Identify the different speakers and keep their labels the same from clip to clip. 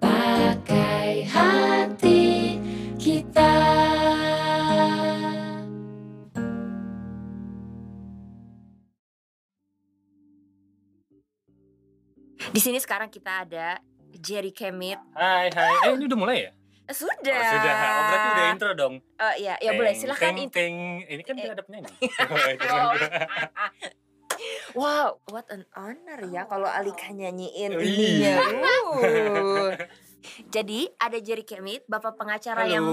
Speaker 1: pakai hati kita.
Speaker 2: Di sini sekarang kita ada Jerry Kemit.
Speaker 3: Hai, hai. Eh, ini udah mulai ya?
Speaker 2: Eh,
Speaker 3: Oh,
Speaker 2: Sudah.
Speaker 3: sudah. Oh, berarti udah intro dong.
Speaker 2: Eh, iya, ya boleh Eh.
Speaker 3: Teng,
Speaker 2: silahkan
Speaker 3: teng,
Speaker 2: itu.
Speaker 3: teng. Ini kan dia ada penyanyi.
Speaker 2: Wow, what an honor ya kalau Alika nyanyiin
Speaker 3: Iya.
Speaker 2: ininya. Uh. Jadi ada Jerry Kemit, bapak pengacara yang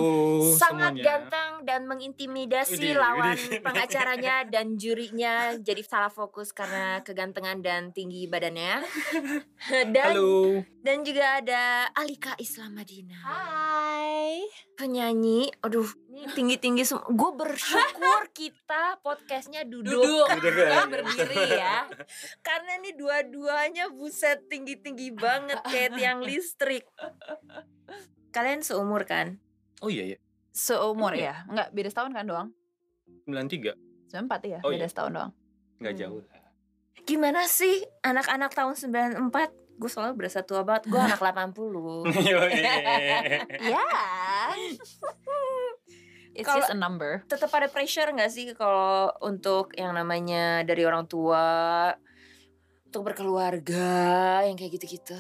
Speaker 2: sangat ganteng dan mengintimidasi
Speaker 3: Widih,
Speaker 2: lawan
Speaker 3: widih.
Speaker 2: pengacaranya dan jurinya jadi salah fokus karena kegantengan dan tinggi badannya. dan
Speaker 3: Halo.
Speaker 2: dan juga ada Alika Islamadina,
Speaker 1: Hai.
Speaker 2: penyanyi. Aduh, ini tinggi-tinggi semua. Gue bersyukur kita podcastnya duduk.
Speaker 1: Duduk. Kita
Speaker 3: Udah
Speaker 1: berdiri ya.
Speaker 2: Karena ini dua-duanya buset tinggi-tinggi banget kayak tiang listrik. Kalian seumur kan?
Speaker 3: Oh iya ya.
Speaker 1: Seumur
Speaker 3: Iya.
Speaker 1: ya? Enggak, beda setahun kan doang?
Speaker 3: 93.
Speaker 1: 94 ya?
Speaker 3: Oh,
Speaker 1: beda
Speaker 3: iya.
Speaker 1: setahun doang.
Speaker 3: Enggak
Speaker 2: Hmm.
Speaker 3: jauh.
Speaker 2: Gimana sih anak-anak tahun 94? Gue selalu berasa tua banget. Gue anak 80.
Speaker 3: Yoi.
Speaker 1: Ya. It's
Speaker 2: Kalau-
Speaker 1: just a number.
Speaker 2: Tetap ada pressure nggak sih kalau untuk yang namanya dari orang tua untuk berkeluarga yang kayak gitu-gitu?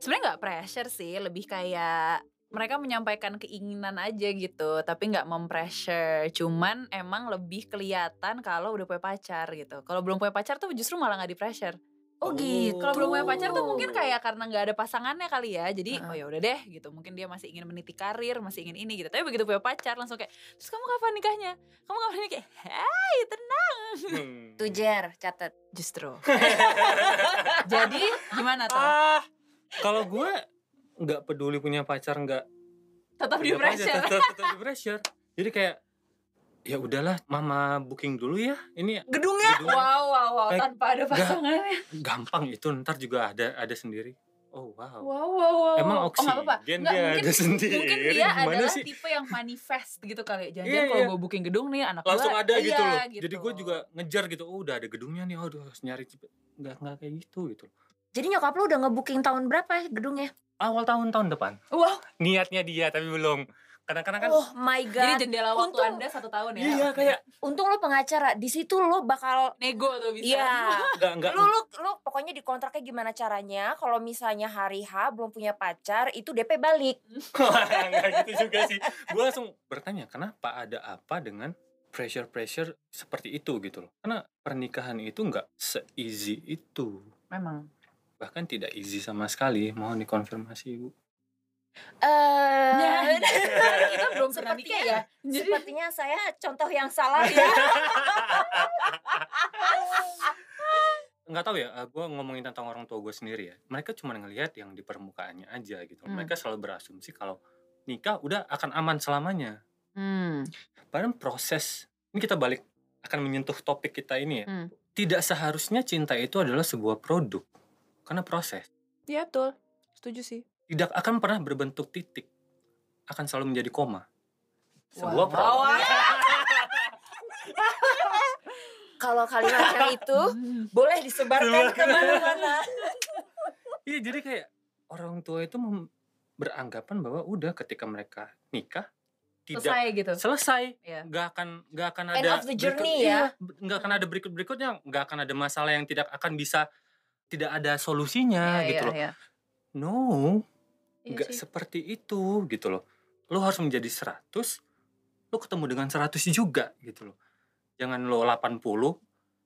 Speaker 1: Sebenarnya nggak pressure sih, lebih kayak mereka menyampaikan keinginan aja gitu, tapi nggak mempressure. Cuman emang lebih kelihatan kalau udah punya pacar gitu. Kalau belum punya pacar tuh justru malah nggak di pressure.
Speaker 2: Oh,
Speaker 3: Oh.
Speaker 2: gitu.
Speaker 1: Kalau belum punya pacar tuh
Speaker 3: Oh.
Speaker 1: mungkin kayak karena nggak ada pasangannya kali ya. Jadi
Speaker 2: Heeh.
Speaker 1: oh ya udah deh gitu. Mungkin dia masih ingin meniti karir, masih ingin ini gitu. Tapi begitu punya pacar langsung kayak, "Terus kamu kapan nikahnya? Kamu kapan nikah?" Hai, tenang.
Speaker 3: Hmm.
Speaker 2: Tuh Jer, catat.
Speaker 1: Justru. Jadi gimana tuh?
Speaker 3: Ah, kalau gue nggak peduli punya pacar nggak
Speaker 1: Tetap di
Speaker 3: Tetep aja,
Speaker 1: pressure.
Speaker 3: tetep- tetep di pressure. Jadi kayak ya udahlah, mama booking dulu ya. Ini
Speaker 1: Gedungnya?
Speaker 3: Gedungnya.
Speaker 1: Wow, wow, wow.
Speaker 3: Eh,
Speaker 1: Tanpa ada pasangannya.
Speaker 3: gampang itu ntar juga ada ada sendiri. Oh wow.
Speaker 1: Wow, wow, wow.
Speaker 3: Emang
Speaker 1: Oh, nggak apa-apa.
Speaker 3: oksigen
Speaker 1: Nggak,
Speaker 3: dia ada sendiri.
Speaker 1: Mungkin dia
Speaker 3: Gimana
Speaker 1: adalah
Speaker 3: sih?
Speaker 1: tipe yang manifest gitu kali. Jangan-jangan
Speaker 3: Iya,
Speaker 1: kalau
Speaker 3: iya.
Speaker 1: gue booking gedung nih anak
Speaker 3: Langsung
Speaker 1: gua,
Speaker 3: ada
Speaker 1: iya,
Speaker 3: gitu loh. Jadi gue juga ngejar gitu. Oh, udah ada gedungnya nih. Aduh, harus nyari cepet. Nggak, nggak kayak gitu gitu.
Speaker 2: Jadi nyokap lu udah ngebooking tahun berapa gedungnya?
Speaker 3: Awal tahun tahun depan.
Speaker 1: Wow.
Speaker 3: Niatnya dia tapi belum. Kadang-kadang kan
Speaker 2: oh my
Speaker 1: Jadi
Speaker 2: god.
Speaker 1: jendela waktu
Speaker 2: Untung-
Speaker 1: anda satu tahun ya.
Speaker 3: Iya kayak
Speaker 2: Untung lo pengacara, di situ lo bakal
Speaker 1: nego tuh bisa.
Speaker 2: Iya.
Speaker 3: nggak nggak
Speaker 2: lu lu lu pokoknya di kontraknya gimana caranya kalau misalnya hari H belum punya pacar itu DP balik
Speaker 3: nggak gitu juga sih. Gue langsung bertanya kenapa ada apa dengan pressure-pressure seperti itu gitu loh. Karena pernikahan itu nggak se-easy itu.
Speaker 1: Memang.
Speaker 3: Bahkan tidak easy sama sekali. Mohon dikonfirmasi Ibu.
Speaker 2: eh
Speaker 1: Nah, kita belum pernah
Speaker 2: sepertinya
Speaker 1: nikah
Speaker 2: ya
Speaker 1: ya. Jadi
Speaker 2: sepertinya saya contoh yang salah ya
Speaker 3: nggak tahu ya, gue ngomongin tentang orang tua gue sendiri ya. Mereka cuma ngelihat yang di permukaannya aja gitu.
Speaker 1: Hmm.
Speaker 3: Mereka selalu berasumsi kalau nikah udah akan aman selamanya.
Speaker 1: hmm,
Speaker 3: Padahal proses ini kita balik akan menyentuh topik kita ini ya.
Speaker 1: Hmm.
Speaker 3: Tidak seharusnya cinta itu adalah sebuah produk karena proses
Speaker 1: ya betul. Setuju sih.
Speaker 3: tidak akan pernah berbentuk titik akan selalu menjadi koma. Sebuah
Speaker 1: Wow.
Speaker 3: produk.
Speaker 1: Iya.
Speaker 2: kalau kalimat yang itu
Speaker 1: Hmm.
Speaker 2: boleh disebarkan kemana-mana
Speaker 3: Iya jadi kayak orang tua itu mem- beranggapan bahwa udah ketika mereka nikah tidak
Speaker 1: Selesai gitu.
Speaker 3: selesai
Speaker 1: Ya.
Speaker 3: nggak akan nggak akan
Speaker 2: End
Speaker 3: ada
Speaker 2: of the journey ya.
Speaker 3: berikut- iya, b- nggak akan ada berikut berikutnya nggak akan ada masalah yang tidak akan bisa tidak ada solusinya gitu loh
Speaker 1: Iya,
Speaker 3: no
Speaker 1: Iya
Speaker 3: nggak
Speaker 1: sih.
Speaker 3: seperti itu gitu loh lo harus menjadi 100 lo ketemu dengan 100 juga gitu loh jangan lo 80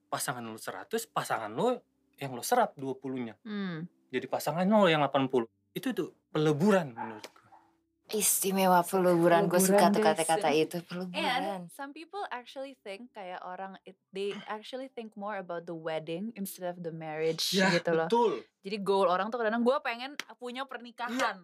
Speaker 3: pasangan lo 100 pasangan lo yang lo serap 20 nya
Speaker 1: Hmm.
Speaker 3: jadi pasangan lo yang 80 itu tuh peleburan menurut gue
Speaker 2: istimewa peluburan gue
Speaker 1: Peluburan
Speaker 2: suka tuh
Speaker 1: deh, Iya.
Speaker 2: kata-kata
Speaker 1: Sen.
Speaker 2: itu peluburan
Speaker 1: And some people actually think kayak orang it, they actually think more about the wedding instead of the marriage gitu loh.
Speaker 3: Ya, betul
Speaker 1: Jadi goal orang tuh kadang gue pengen punya pernikahan,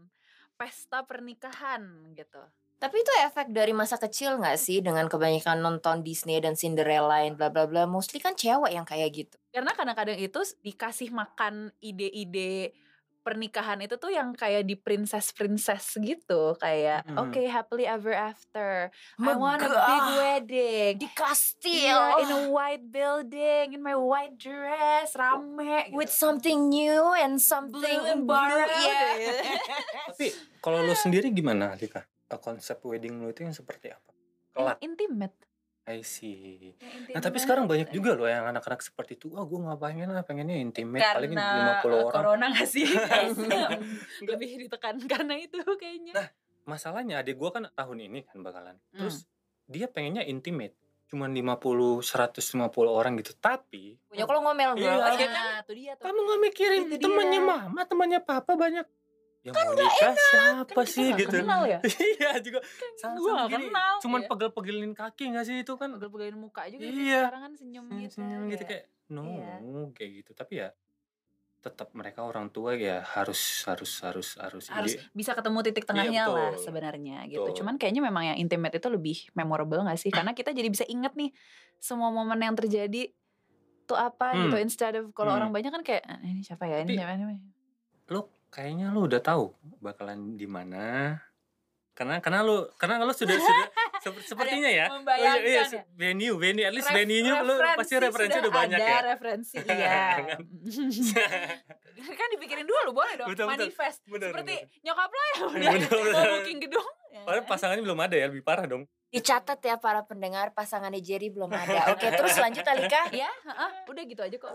Speaker 1: pesta pernikahan gitu.
Speaker 2: tapi itu efek dari masa kecil nggak sih dengan kebanyakan nonton Disney dan Cinderella dan bla bla bla mostly kan cewek yang kayak gitu
Speaker 1: karena kadang-kadang itu s- dikasih makan ide-ide pernikahan itu tuh yang kayak di princess-princess gitu kayak
Speaker 3: Hmm.
Speaker 1: oke happily ever after I
Speaker 2: Megah.
Speaker 1: want a big wedding building.
Speaker 2: di kastil
Speaker 1: Iya, in a white building, in my white dress, rame. gitu.
Speaker 2: with something new and something
Speaker 1: Blue and
Speaker 2: baru
Speaker 1: borrowed.
Speaker 2: ya
Speaker 3: Tapi kalau lo sendiri gimana, Dika? Eh, Konsep wedding lo itu yang seperti apa? Kelak,
Speaker 1: Intimate.
Speaker 3: I see. Nah tapi sekarang banyak juga loh yang anak-anak seperti itu. Wah gue ngapain lah, pengennya intimate paling
Speaker 1: karena
Speaker 3: 50 orang. Iya.
Speaker 1: corona gak sih? Lebih ditekan karena itu kayaknya.
Speaker 3: Nah, Masalahnya adik gue kan tahun ini kan bakalan.
Speaker 1: Hmm.
Speaker 3: Terus dia pengennya intimate. Cuman 50, 150 orang gitu. Tapi
Speaker 2: punya kalau ngomel gue
Speaker 3: Iya.
Speaker 2: iya kan?
Speaker 1: tuh dia tuh.
Speaker 3: kamu nggak mikirin
Speaker 1: Itu dia. Kan
Speaker 3: temannya mama, temannya papa banyak. Yang mau nikah siapa
Speaker 1: kita
Speaker 3: sih
Speaker 1: nggak
Speaker 3: gitu.
Speaker 1: kenal ya?
Speaker 3: Iya juga. Sama-sama
Speaker 1: Gue gak
Speaker 3: gini,
Speaker 1: kenal.
Speaker 3: Cuman
Speaker 1: Iya.
Speaker 3: pegel-pegelin kaki gak sih itu kan?
Speaker 1: pegel-pegelin muka juga dia
Speaker 3: Iya.
Speaker 1: sekarang kan senyum gitu.
Speaker 3: Senyum gitu kayak no
Speaker 1: Iya.
Speaker 3: kayak gitu. Tapi ya tetap mereka orang tua ya harus harus harus harus
Speaker 1: harus
Speaker 3: Iya.
Speaker 1: bisa ketemu titik tengahnya
Speaker 3: betul.
Speaker 1: lah sebenarnya gitu.
Speaker 3: Betul.
Speaker 1: Cuman kayaknya memang yang intimate itu lebih memorable gak sih? Karena kita jadi bisa inget nih semua momen yang terjadi tuh apa
Speaker 3: Hmm.
Speaker 1: gitu instead of kalau
Speaker 3: Hmm.
Speaker 1: orang banyak kan kayak "Ah, ini siapa ya ini
Speaker 3: Tapi-
Speaker 1: siapa ini
Speaker 3: lo kayaknya lo udah tahu bakalan di mana karena karena lo karena lo sudah sudah sep- sepertinya ya Oh, iya,
Speaker 1: membayangkan
Speaker 3: iya,
Speaker 1: ya.
Speaker 3: venue venue at least
Speaker 1: Ref-
Speaker 3: venue-nya lo pasti referensi
Speaker 1: sudah
Speaker 3: udah banyak
Speaker 1: ada,
Speaker 3: ya
Speaker 1: referensi iya
Speaker 3: Kan?
Speaker 1: kan dipikirin dulu boleh dong
Speaker 3: Betul, betul.
Speaker 1: manifest
Speaker 3: Bener,
Speaker 1: seperti
Speaker 3: bener.
Speaker 1: nyokap lo ya udah
Speaker 3: Bener, bener.
Speaker 1: mau booking gedung ya.
Speaker 3: Padahal pasangannya belum ada ya lebih parah dong
Speaker 2: dicatat ya para pendengar pasangannya Jerry belum ada oke terus lanjut Alika
Speaker 1: ya heeh, udah gitu aja kok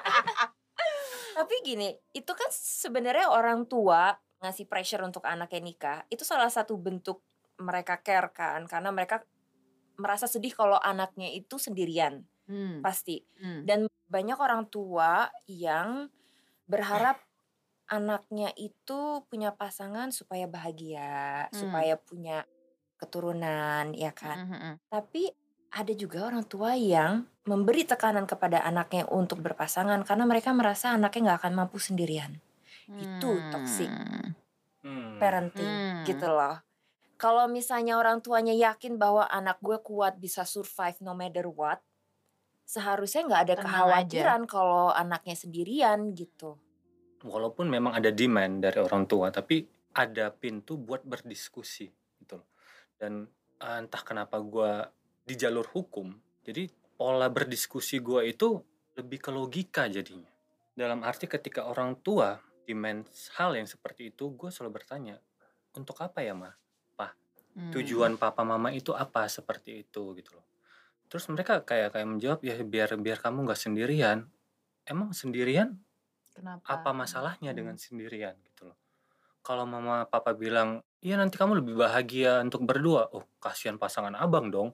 Speaker 2: tapi gini itu kan sebenarnya orang tua ngasih pressure untuk anaknya nikah itu salah satu bentuk mereka care kan karena mereka merasa sedih kalau anaknya itu sendirian
Speaker 1: Hmm,
Speaker 2: pasti
Speaker 1: hmm.
Speaker 2: dan banyak orang tua yang berharap
Speaker 1: Eh.
Speaker 2: anaknya itu punya pasangan supaya bahagia,
Speaker 1: Hmm.
Speaker 2: supaya punya keturunan, ya kan.
Speaker 1: Mhm, mhm.
Speaker 2: Tapi ada juga orang tua yang memberi tekanan kepada anaknya untuk berpasangan karena mereka merasa anaknya nggak akan mampu sendirian. Itu toxic.
Speaker 1: Hmm.
Speaker 3: Hmm.
Speaker 2: Parenting
Speaker 1: Hmm.
Speaker 2: gitu loh. Kalau misalnya orang tuanya yakin bahwa anak gue kuat bisa survive no matter what, seharusnya nggak ada
Speaker 1: Tenang aja.
Speaker 2: kekhawatiran kalau anaknya sendirian gitu.
Speaker 3: walaupun memang ada demand dari orang tua tapi ada pintu buat berdiskusi gitu loh. dan eh, entah kenapa gua di jalur hukum jadi pola berdiskusi gua itu lebih ke logika jadinya dalam arti ketika orang tua demand hal yang seperti itu gue selalu bertanya untuk apa ya ma
Speaker 1: Hmm.
Speaker 3: tujuan papa mama itu apa seperti itu gitu loh terus mereka kayak kayak menjawab ya biar biar kamu nggak sendirian emang sendirian
Speaker 1: Kenapa?
Speaker 3: apa masalahnya
Speaker 1: Hmm.
Speaker 3: dengan sendirian gitu loh. Kalau mama papa bilang, "Iya nanti kamu lebih bahagia untuk berdua." Oh, kasihan pasangan Abang dong.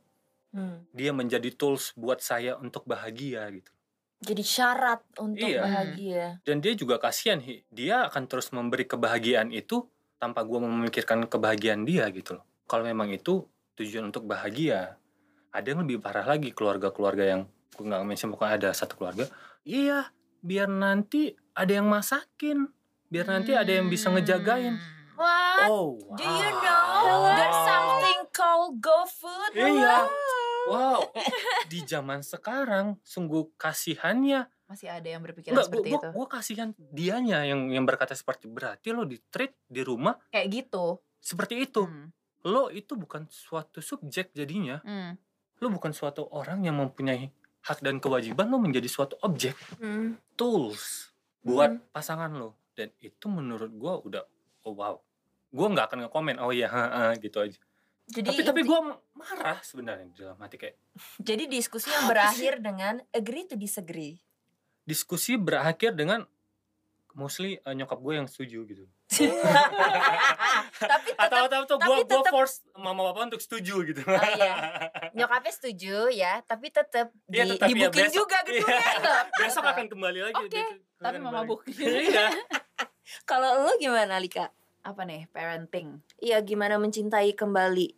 Speaker 2: Hmm.
Speaker 3: Dia menjadi tools buat saya untuk bahagia gitu.
Speaker 2: Jadi syarat untuk
Speaker 3: Iya.
Speaker 2: bahagia.
Speaker 3: Dan dia juga kasihan, Hi. Dia akan terus memberi kebahagiaan itu tanpa gua memikirkan kebahagiaan dia gitu loh. Kalau memang itu tujuan untuk bahagia. Ada yang lebih parah lagi keluarga-keluarga yang gue nggak mention pokoknya ada satu keluarga. Iya, biar nanti ada yang masakin, biar nanti ada yang bisa ngejagain.
Speaker 1: Hmm.
Speaker 2: What?
Speaker 3: Oh,
Speaker 2: Do you know there's something called GoFood?
Speaker 3: Iya. Wow. Di zaman sekarang sungguh kasihannya.
Speaker 1: Masih ada yang berpikiran
Speaker 3: Enggak,
Speaker 1: seperti
Speaker 3: gua,
Speaker 1: itu.
Speaker 3: gua, gua kasihan dianya yang yang berkata seperti berarti lo di treat di rumah
Speaker 1: Kayak gitu.
Speaker 3: seperti itu.
Speaker 1: Hmm.
Speaker 3: Lo itu bukan suatu subjek jadinya.
Speaker 1: Hmm.
Speaker 3: Lo bukan suatu orang yang mempunyai hak dan kewajiban lo menjadi suatu objek
Speaker 2: Hmm.
Speaker 3: tools buat pasangan lo dan itu menurut gua udah oh wow. Gua nggak akan ngekomen oh iya ha, ha," gitu aja.
Speaker 2: Jadi
Speaker 3: Iya, tapi tapi gua marah sebenarnya di dalam hati kayak
Speaker 2: jadi diskusi yang
Speaker 3: Apa sih?
Speaker 2: berakhir dengan agree to disagree.
Speaker 3: diskusi berakhir dengan mostly eh, nyokap gue yang setuju gitu
Speaker 2: tapi tetap
Speaker 3: atau atau atau
Speaker 2: tapi
Speaker 3: gue gue
Speaker 2: tetap-
Speaker 3: force mama papa untuk setuju gitu
Speaker 2: Oh, iya. nyokapnya setuju ya, tapi tetap di,
Speaker 3: Iya, tetap,
Speaker 2: di
Speaker 3: iya,
Speaker 2: booking
Speaker 3: besok.
Speaker 2: juga gedungnya.
Speaker 3: Iya.
Speaker 2: Tetap,
Speaker 3: besok
Speaker 2: tetap.
Speaker 3: akan kembali lagi
Speaker 1: Oke,
Speaker 3: dia akan
Speaker 1: Tapi mama
Speaker 3: kembali.
Speaker 1: buk.
Speaker 3: iya
Speaker 2: Kalau lu gimana Lika?
Speaker 1: apa nih parenting?
Speaker 2: Iya gimana mencintai kembali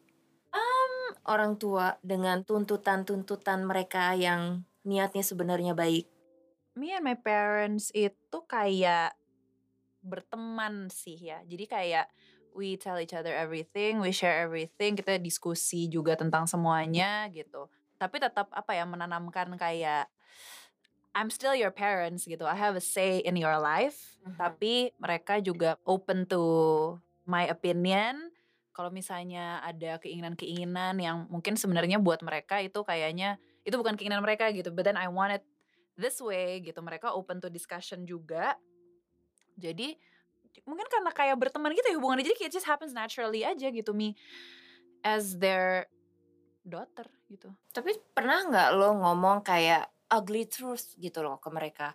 Speaker 2: Em, orang tua dengan tuntutan-tuntutan mereka yang niatnya sebenarnya baik.
Speaker 1: Me and my parents itu kayak berteman sih ya. Jadi kayak we tell each other everything, we share everything, kita diskusi juga tentang semuanya gitu. Tapi tetap apa ya menanamkan kayak I'm still your parents gitu. I have a say in your life.
Speaker 2: Mhm.
Speaker 1: Tapi mereka juga open to my opinion. kalau misalnya ada keinginan-keinginan yang mungkin sebenarnya buat mereka itu kayaknya itu bukan keinginan mereka gitu, but then I want it this way gitu. Mereka open to discussion juga. Jadi mungkin karena kayak berteman gitu ya hubungannya jadi kayak it just happens naturally aja gitu me as their daughter gitu.
Speaker 2: Tapi pernah nggak lo ngomong kayak ugly truth gitu loh ke mereka?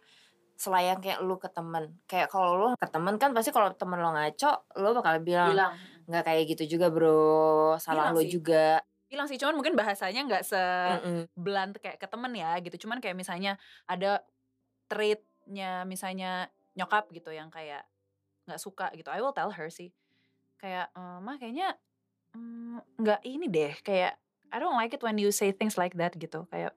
Speaker 2: Selayang kayak lo ke temen. Kayak kalau lo ke temen kan pasti kalau temen lo ngaco, lo bakal bilang
Speaker 1: Bilang
Speaker 2: nggak kayak gitu juga bro, salah
Speaker 1: Bilang
Speaker 2: lo
Speaker 1: sih.
Speaker 2: juga.
Speaker 1: bilang sih cuman mungkin bahasanya nggak se
Speaker 2: Mm-mm.
Speaker 1: blunt kayak ke temen ya gitu cuman kayak misalnya ada traitnya misalnya nyokap gitu yang kayak nggak suka gitu I will tell her sih kayak "Eh, mah kayaknya mm, nggak ini deh kayak I don't like it when you say things like that gitu kayak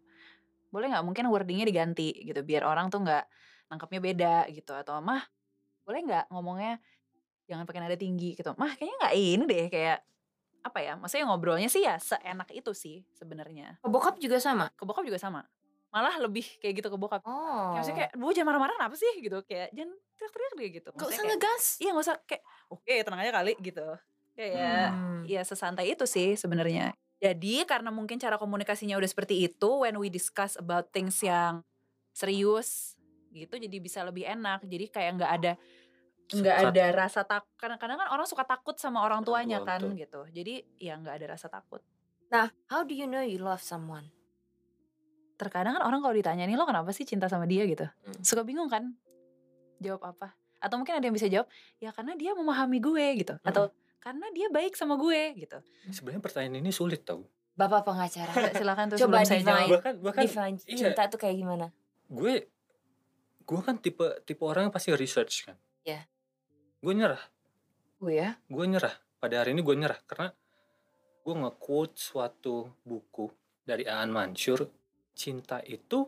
Speaker 1: boleh nggak mungkin wordingnya diganti gitu biar orang tuh nggak nangkepnya beda gitu atau mah boleh nggak ngomongnya jangan pakai nada tinggi gitu mah kayaknya nggak ini deh kayak apa ya maksudnya ngobrolnya sih ya seenak itu sih sebenarnya
Speaker 2: Ke Bokap juga sama.
Speaker 1: ke bokap juga sama malah lebih kayak gitu ke bokap kayak
Speaker 2: Oh.
Speaker 1: maksudnya kayak bu jangan marah-marah kenapa sih gitu kayak jangan teriak-teriak deh gitu
Speaker 2: Gak
Speaker 1: Maksudnya
Speaker 2: usah
Speaker 1: kayak,
Speaker 2: ngegas.
Speaker 1: iya nggak usah kayak oke tenang aja kali gitu kayak
Speaker 2: Hmm.
Speaker 1: ya sesantai itu sih sebenarnya jadi karena mungkin cara komunikasinya udah seperti itu when we discuss about things yang serius gitu jadi bisa lebih enak jadi kayak nggak ada nggak
Speaker 3: Sat-
Speaker 1: ada rasa takut karena kadang kan orang suka takut sama orang
Speaker 3: Orang
Speaker 1: tuanya
Speaker 3: tua,
Speaker 1: kan
Speaker 3: betul.
Speaker 1: gitu jadi ya nggak ada rasa takut
Speaker 2: Nah, how do you know you love someone?
Speaker 1: terkadang kan orang kalau ditanya nih lo kenapa sih cinta sama dia gitu
Speaker 2: Mm.
Speaker 1: suka bingung kan jawab apa atau mungkin ada yang bisa jawab ya karena dia memahami gue gitu
Speaker 2: Hmm.
Speaker 1: atau karena dia baik sama gue gitu
Speaker 3: Sebenarnya pertanyaan ini sulit tau.
Speaker 2: Bapak pengacara.
Speaker 1: Mbak, silakan terus
Speaker 2: Coba
Speaker 1: sebelum saya jawab
Speaker 2: define.
Speaker 3: Bahkan bahkan
Speaker 2: Define
Speaker 3: iya.
Speaker 2: cinta tuh kayak gimana?
Speaker 3: gue gue kan tipe tipe orang yang pasti research kan.
Speaker 2: Iya.
Speaker 3: Gue nyerah,
Speaker 2: Gue ya.
Speaker 3: gue nyerah. Pada hari ini gue nyerah karena gue nge-quote suatu buku dari Aan Mansur, cinta itu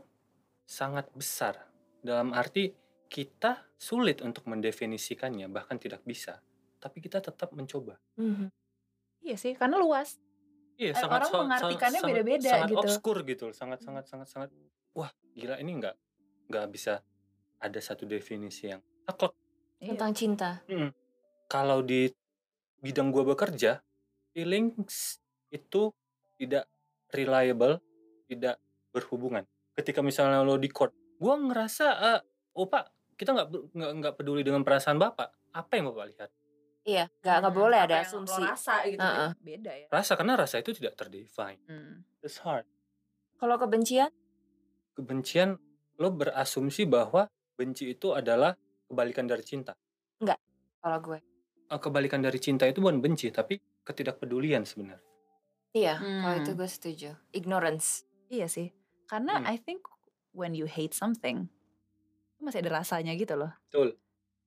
Speaker 3: sangat besar. Dalam arti kita sulit untuk mendefinisikannya, bahkan tidak bisa. Tapi kita tetap mencoba.
Speaker 1: iya sih karena luas
Speaker 3: Iya,
Speaker 1: Eh, orang
Speaker 3: sangat,
Speaker 1: mengartikannya
Speaker 3: sangat-
Speaker 1: beda-beda
Speaker 3: sangat
Speaker 1: gitu.
Speaker 3: obskur gitu, loh, sangat sangat sangat sangat wah gila ini nggak nggak bisa ada satu definisi yang akut.
Speaker 1: Iya.
Speaker 2: Tentang cinta.
Speaker 3: Kalau di bidang gua bekerja, feelings itu tidak reliable, tidak berhubungan. Ketika misalnya lo di court, gua ngerasa eh, oh pak kita nggak ber- nggak nggak peduli dengan perasaan bapak. Apa yang bapak lihat?
Speaker 2: Iya, gak, nggak
Speaker 1: Hmm,
Speaker 2: boleh
Speaker 1: apa
Speaker 2: ada
Speaker 1: yang lo
Speaker 2: asumsi.
Speaker 1: rasa gitu
Speaker 2: Heeh.
Speaker 1: beda ya
Speaker 3: Rasa karena rasa itu tidak terdefine.
Speaker 1: Hmm.
Speaker 3: It's hard.
Speaker 2: Kalau kebencian,
Speaker 3: kebencian lo berasumsi bahwa benci itu adalah kebalikan dari cinta.
Speaker 2: kalau gue.
Speaker 3: Eh, Kebalikan dari cinta itu bukan benci, tapi ketidakpedulian sebenarnya.
Speaker 2: Iya, kalau
Speaker 1: Hmm.
Speaker 2: itu gue setuju. Ignorance.
Speaker 1: iya sih karena
Speaker 3: Hmm.
Speaker 1: I think when you hate something masih ada rasanya gitu loh
Speaker 3: Betul.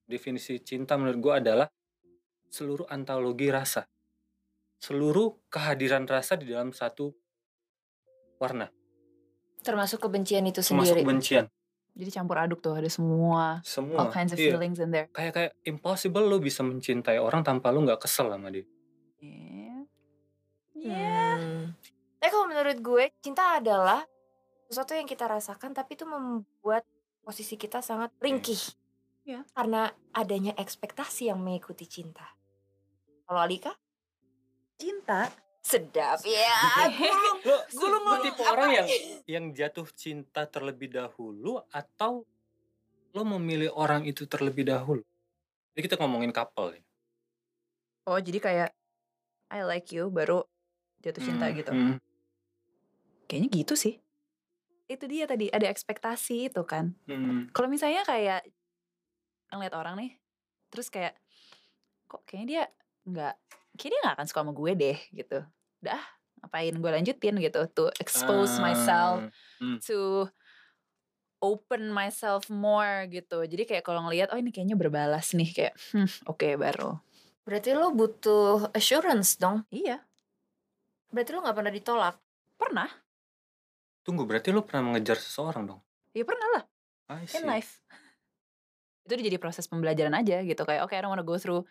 Speaker 3: Definisi cinta menurut gue adalah seluruh antologi rasa. Seluruh kehadiran rasa di dalam satu warna.
Speaker 2: Termasuk kebencian itu
Speaker 3: Termasuk
Speaker 2: sendiri.
Speaker 3: kebencian.
Speaker 1: jadi campur aduk tuh ada semua
Speaker 3: Semua.
Speaker 1: all kinds of
Speaker 3: Iya.
Speaker 1: feelings in there
Speaker 3: Kayak kayak impossible lo bisa mencintai orang tanpa lo nggak kesel sama dia.
Speaker 1: Iya.
Speaker 2: Hmm. Tapi kalau menurut gue, cinta adalah sesuatu yang kita rasakan tapi itu membuat posisi kita sangat ringkih.
Speaker 1: Iya.
Speaker 2: Karena adanya ekspektasi yang mengikuti cinta. Kalau Alika?
Speaker 1: cinta
Speaker 2: Sedap. Ya, gulung.
Speaker 3: Lo,
Speaker 2: Gulung,
Speaker 3: lo
Speaker 2: gulung.
Speaker 3: tipe orang
Speaker 2: Apa?
Speaker 3: yang yang jatuh cinta terlebih dahulu atau lo memilih orang itu terlebih dahulu? Jadi kita ngomongin couple ya.
Speaker 1: oh jadi kayak I like you baru jatuh cinta
Speaker 3: Hmm,
Speaker 1: gitu
Speaker 3: hmm.
Speaker 1: kayaknya gitu sih itu dia tadi ada ekspektasi itu kan
Speaker 3: Hmm.
Speaker 1: kalau misalnya kayak ngeliat orang nih terus kayak kok kayaknya dia nggak kayaknya dia nggak akan suka sama gue deh gitu dah ngapain gue lanjutin gitu to expose myself
Speaker 3: Ah,
Speaker 1: to open myself more gitu jadi kayak kalau ngelihat oh ini kayaknya berbalas nih kayak hmm, oke baru
Speaker 2: Berarti lo butuh assurance dong.
Speaker 1: iya
Speaker 2: Berarti lo nggak pernah ditolak.
Speaker 1: pernah
Speaker 3: Tunggu, berarti lo pernah mengejar seseorang dong?
Speaker 1: ya pernah lah
Speaker 3: I
Speaker 1: in
Speaker 3: see.
Speaker 1: life itu jadi proses pembelajaran aja gitu kayak oke I don't wanna go through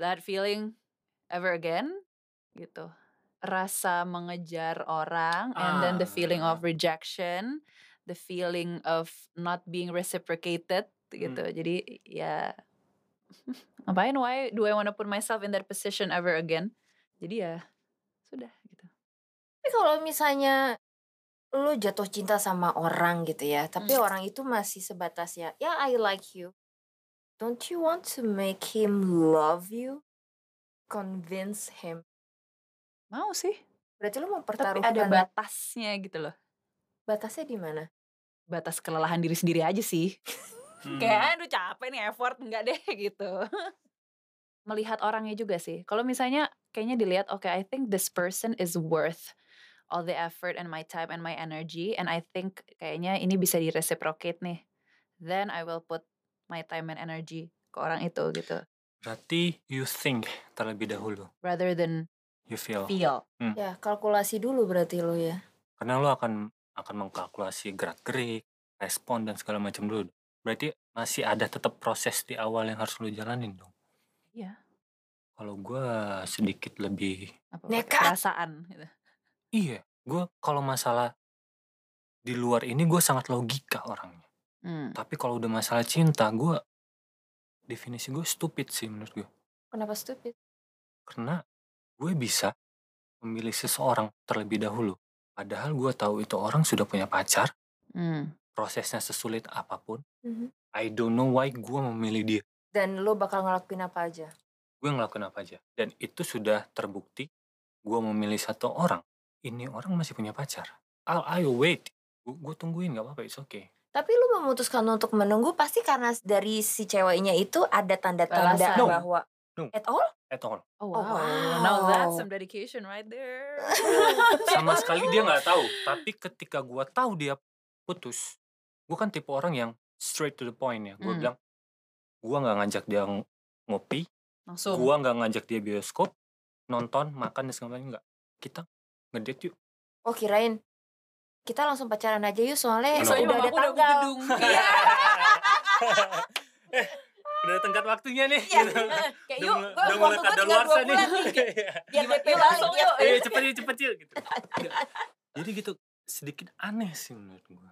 Speaker 1: that feeling ever again gitu rasa mengejar orang and then the feeling of rejection the Hmm. feeling of not being reciprocated gitu jadi ya ngapain why do I wanna put myself in that position ever again jadi ya sudah gitu
Speaker 2: Tapi kalau misalnya lo jatuh cinta sama orang gitu ya, tapi
Speaker 1: Hmm.
Speaker 2: orang itu masih sebatas ya, ya I like you. Don't you want to make him love you? Convince him.
Speaker 1: mau sih
Speaker 2: Berarti lo mau
Speaker 1: tapi
Speaker 2: pertaruhkan
Speaker 1: ada batasnya gitu loh
Speaker 2: batasnya di mana?
Speaker 1: batas kelelahan diri sendiri aja sih
Speaker 3: Hmm.
Speaker 1: kayak aduh capek nih effort enggak deh gitu melihat orangnya juga sih kalau misalnya kayaknya dilihat oke I think this person is worth all the effort and my time and my energy and I think kayaknya ini bisa direciprocate nih then I will put my time and energy ke orang itu gitu
Speaker 3: Berarti you think terlebih dahulu,
Speaker 1: rather than
Speaker 3: you feel.
Speaker 1: feel
Speaker 2: Ya, kalkulasi dulu berarti lo ya.
Speaker 3: Karena lo akan akan mengkalkulasi gerak gerik, respon dan segala macam dulu. Berarti masih ada tetap proses di awal yang harus lo jalanin dong.
Speaker 1: Iya.
Speaker 3: Kalau gua sedikit lebih
Speaker 1: apa
Speaker 2: Nekat.
Speaker 1: perasaan gitu.
Speaker 3: Iya, gue kalau masalah di luar ini gue sangat logika orangnya.
Speaker 1: Hmm.
Speaker 3: Tapi kalau udah masalah cinta, gue definisi gue stupid sih menurut gue.
Speaker 2: Kenapa stupid?
Speaker 3: Karena gue bisa memilih seseorang terlebih dahulu. Padahal gue tahu itu orang sudah punya pacar,
Speaker 1: Hmm.
Speaker 3: prosesnya sesulit apapun. I don't know why gue memilih dia.
Speaker 2: Mhm. Dan lo bakal ngelakuin apa aja?
Speaker 3: Gue ngelakuin apa aja. Dan itu sudah terbukti gue memilih satu orang. Ini orang masih punya pacar. I'll, I'll wait. Gue tungguin gak apa-apa, it's okay.
Speaker 2: Tapi lu memutuskan untuk menunggu pasti karena dari si ceweknya itu ada tanda-tanda
Speaker 1: Balasan.
Speaker 3: No.
Speaker 2: bahwa
Speaker 3: No.
Speaker 2: at all.
Speaker 3: At all.
Speaker 1: Oh, wow.
Speaker 2: Oh,
Speaker 1: Now that's
Speaker 2: wow.
Speaker 1: some dedication right there.
Speaker 3: sama sekali dia nggak tahu tapi ketika gua tahu dia putus gua kan tipe orang yang straight to the point ya gua
Speaker 1: Hmm.
Speaker 3: bilang gua nggak ngajak dia ng- ngopi
Speaker 1: Langsung.
Speaker 3: gua nggak ngajak dia bioskop nonton makan dan segala macam nggak kita ngedate yuk
Speaker 2: Oh kirain kita langsung pacaran aja yuk soalnya
Speaker 1: Iya, Eh,
Speaker 3: Kenapa?
Speaker 1: Soalnya
Speaker 2: udah
Speaker 1: mamaku
Speaker 2: ada
Speaker 1: udah
Speaker 2: tanggal.
Speaker 1: gedung. Iya.
Speaker 3: Eh, udah tengkat waktunya nih
Speaker 2: Iya.
Speaker 3: gitu.
Speaker 2: Kayak
Speaker 3: Udah
Speaker 2: yuk,
Speaker 3: mulai-
Speaker 2: gua
Speaker 3: udah mulai
Speaker 2: waktu gua tinggal dua
Speaker 3: kadaluarsa nih.
Speaker 2: bulan nih. Biar
Speaker 1: Gimana- ya,
Speaker 2: DP
Speaker 1: yuk,
Speaker 2: balik
Speaker 1: langsung
Speaker 2: yuk.
Speaker 3: Iya, cepet yuk, cepet yuk gitu. Ya, Jadi gitu sedikit aneh sih menurut gua.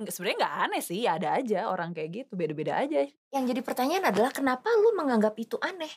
Speaker 1: Nggak- Sebenarnya nggak aneh sih, ya ada aja orang kayak gitu, beda-beda aja.
Speaker 2: Yang jadi pertanyaan adalah kenapa lu menganggap itu aneh?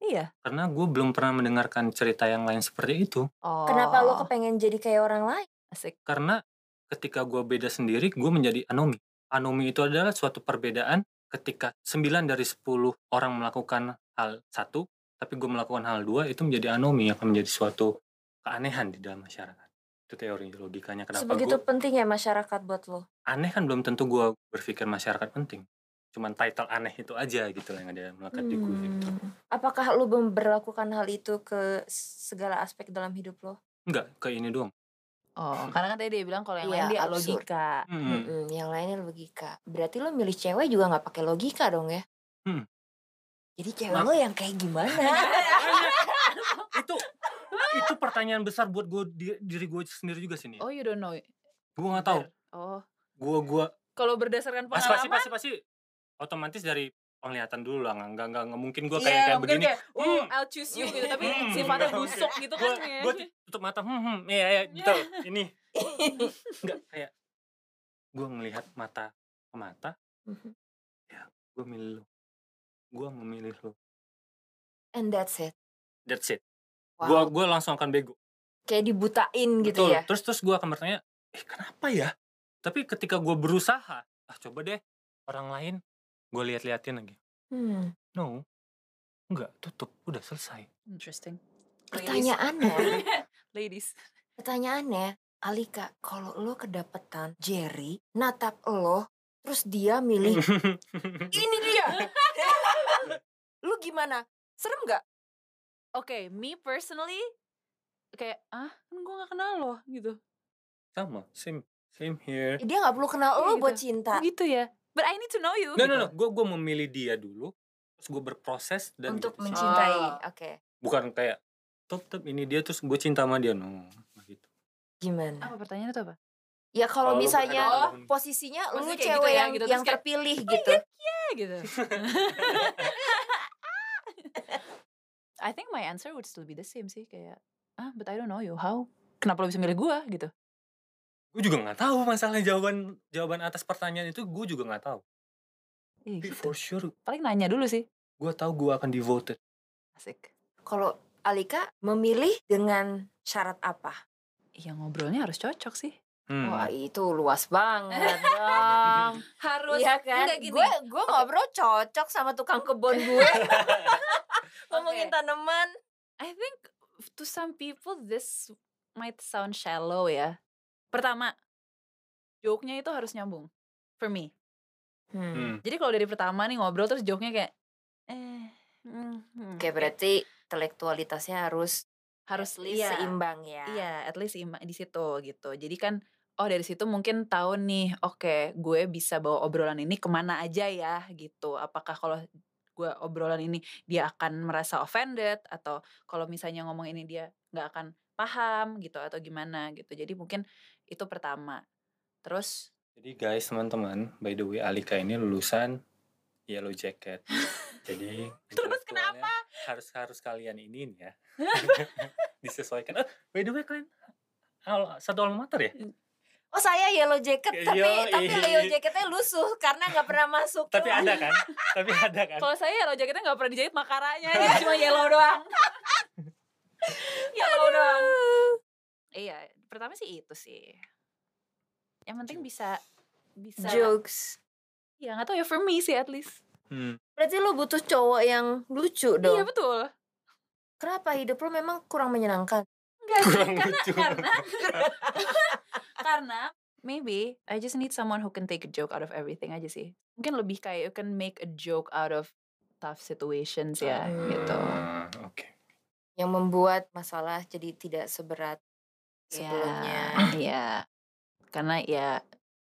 Speaker 1: Iya.
Speaker 3: Karena gua belum pernah mendengarkan cerita yang lain seperti itu.
Speaker 1: Oh.
Speaker 2: Kenapa lu kepengen jadi kayak orang lain?
Speaker 1: asik?
Speaker 3: karena ketika gue beda sendiri gue menjadi anomi anomi itu adalah suatu perbedaan ketika 9 dari 10 orang melakukan hal satu tapi gue melakukan hal dua itu menjadi anomi yang akan menjadi suatu keanehan di dalam masyarakat itu teori logikanya kenapa
Speaker 2: Sebegitu
Speaker 3: gue
Speaker 2: penting ya masyarakat buat lu.
Speaker 3: aneh kan belum tentu gue berpikir masyarakat penting cuman title aneh itu aja gitu lah yang ada melekat di gue gitu.
Speaker 2: Hmm. Apakah lu memperlakukan hal itu ke segala aspek dalam hidup lo?
Speaker 3: enggak ke ini doang
Speaker 1: Oh, karena kan tadi dia bilang kalau yang
Speaker 2: Iya,
Speaker 1: lain dia
Speaker 2: absurd.
Speaker 1: logika.
Speaker 3: Mm-mm.
Speaker 2: Mm, yang lainnya logika. Berarti lo milih cewek juga nggak pakai logika dong ya?
Speaker 3: Hmm.
Speaker 2: Jadi cewek
Speaker 3: Nah.
Speaker 2: lo yang kayak gimana?
Speaker 3: itu itu pertanyaan besar buat gue diri gue sendiri juga sini
Speaker 1: Oh, you don't know.
Speaker 3: gue nggak tahu
Speaker 1: Oh,
Speaker 3: gue gue
Speaker 1: kalau berdasarkan
Speaker 3: pasti pasti
Speaker 1: pengalaman,
Speaker 3: pasti pasti otomatis dari penglihatan dulu lah nggak nggak nggak nggak mungkin gue
Speaker 1: iya,
Speaker 3: kayak kayak
Speaker 1: mungkin
Speaker 3: begini
Speaker 1: kayak, oh,
Speaker 3: Hmm.
Speaker 1: I'll choose you gitu, tapi
Speaker 3: Hmm.
Speaker 1: sifatnya busuk gitu
Speaker 3: gue
Speaker 1: kan ya.
Speaker 3: gue tutup mata hmm hmm iya iya gitu ini nggak kayak gue ngelihat mata ke mata gue milih lo gue memilih lo
Speaker 2: And that's it.
Speaker 3: that's it gue
Speaker 2: Wow.
Speaker 3: gue langsung akan bego
Speaker 2: Kayak dibutain gitu
Speaker 3: Betul.
Speaker 2: ya.
Speaker 3: terus terus gue akan bertanya eh kenapa ya tapi ketika gue berusaha ah coba deh orang lain gue lihat-liatin lagi
Speaker 2: Hmm.
Speaker 3: no nggak tutup udah selesai
Speaker 1: Interesting.
Speaker 2: Pertanyaannya,
Speaker 1: Ladies.
Speaker 2: pertanyaannya, Alika, kalau lo kedapetan Jerry natap lo, terus dia milih ini dia. lu gimana? Serem nggak?
Speaker 1: Oke, me personally, kayak, ah, kan gue gak kenal lo, gitu.
Speaker 3: sama same same here
Speaker 2: Dia nggak perlu
Speaker 1: Oh,
Speaker 2: kenal lo buat
Speaker 1: gitu. Oh,
Speaker 2: cinta.
Speaker 1: gitu ya. But I need to know you.
Speaker 3: no no
Speaker 1: gitu.
Speaker 3: no gue gue memilih dia dulu terus gue berproses dan
Speaker 2: untuk
Speaker 3: gitu sih.
Speaker 1: mencintai.
Speaker 2: mencintai.
Speaker 1: Oh.
Speaker 2: Oke.
Speaker 3: bukan kayak top top ini dia terus gue cinta sama dia no nggak gitu
Speaker 2: Gimana?
Speaker 1: Apa pertanyaan itu apa?
Speaker 2: Ya kalau
Speaker 3: Kalau lu
Speaker 2: misalnya
Speaker 3: berhadapan-
Speaker 2: posisinya lu
Speaker 1: Maksudnya kayak
Speaker 2: cewek
Speaker 1: gitu ya,
Speaker 2: yang
Speaker 1: gitu. Terus
Speaker 2: yang
Speaker 1: kayak,
Speaker 2: terpilih gitu.
Speaker 1: Ah, gitu. I think my answer would still be the same sih kayak ah but I don't know you how kenapa lo bisa milih gua gitu
Speaker 3: gue juga nggak tahu masalah jawaban jawaban atas pertanyaan itu gue juga nggak tahu
Speaker 1: Iya
Speaker 3: Tapi
Speaker 1: gitu.
Speaker 3: for sure
Speaker 1: Paling nanya dulu sih.
Speaker 3: gue tahu gue akan devoted
Speaker 1: Asik.
Speaker 2: Kalau Alika memilih dengan syarat apa?
Speaker 1: Iya ngobrolnya harus cocok sih.
Speaker 3: Hmm.
Speaker 2: Wah itu luas banget dong.
Speaker 1: Harus.
Speaker 2: Iya kan?
Speaker 1: Enggak gini.
Speaker 2: Gue gue ngobrol cocok sama tukang kebun gue. Ngomongin
Speaker 1: Oke.
Speaker 2: tanaman.
Speaker 1: I think to some people this might sound shallow ya. Pertama, joke-nya itu harus nyambung. For me.
Speaker 3: Hmm.
Speaker 1: Jadi kalau dari pertama nih ngobrol terus joke-nya kayak eh mm, hmm.
Speaker 2: Oke berarti intelektualitasnya harus
Speaker 1: harus
Speaker 2: at least
Speaker 1: iya.
Speaker 2: seimbang ya.
Speaker 1: Iya, at least ima- di situ gitu. Jadi kan, oh dari situ mungkin tahu nih, oke, gue bisa bawa obrolan ini kemana aja ya gitu. Apakah kalau gue obrolan ini dia akan merasa offended atau kalau misalnya ngomong ini dia nggak akan paham gitu atau gimana gitu. Jadi mungkin itu pertama. Terus
Speaker 3: jadi guys teman-teman by the way Alika ini lulusan Yellow Jacket jadi
Speaker 1: Terus
Speaker 3: intelektualnya harus harus kalian ini ya disesuaikan Eh, by the way kalian al- satu alma mater ya
Speaker 2: Oh saya yellow jacket tapi
Speaker 3: Yoi.
Speaker 2: tapi yellow jacketnya lusuh karena nggak pernah masuk.
Speaker 3: iya. tapi ada kan tapi ada kan
Speaker 1: kalau saya yellow jacketnya nggak pernah dijahit makaranya, ya
Speaker 2: Iya.
Speaker 1: kan? dia cuma yellow doang. yellow doang. Ya Iya, pertama sih itu sih. Yang penting bisa bisa
Speaker 2: jokes.
Speaker 1: Ya nggak tahu ya for me sih at least.
Speaker 3: Hmm.
Speaker 2: Berarti lu butuh cowok yang lucu
Speaker 1: Iya
Speaker 2: dong.
Speaker 1: betul.
Speaker 2: Kenapa hidup lu memang kurang menyenangkan?
Speaker 1: Enggak sih
Speaker 3: Kurang
Speaker 1: karena
Speaker 3: lucu.
Speaker 1: karena karena maybe I just need someone who can take a joke out of everything aja sih. Mungkin lebih kayak you can make a joke out of tough situations ya
Speaker 2: Hmm.
Speaker 1: gitu.
Speaker 3: Ah, oke
Speaker 2: yang membuat masalah jadi tidak seberat
Speaker 1: Ya,
Speaker 2: sebelumnya.
Speaker 1: Iya. Karena ya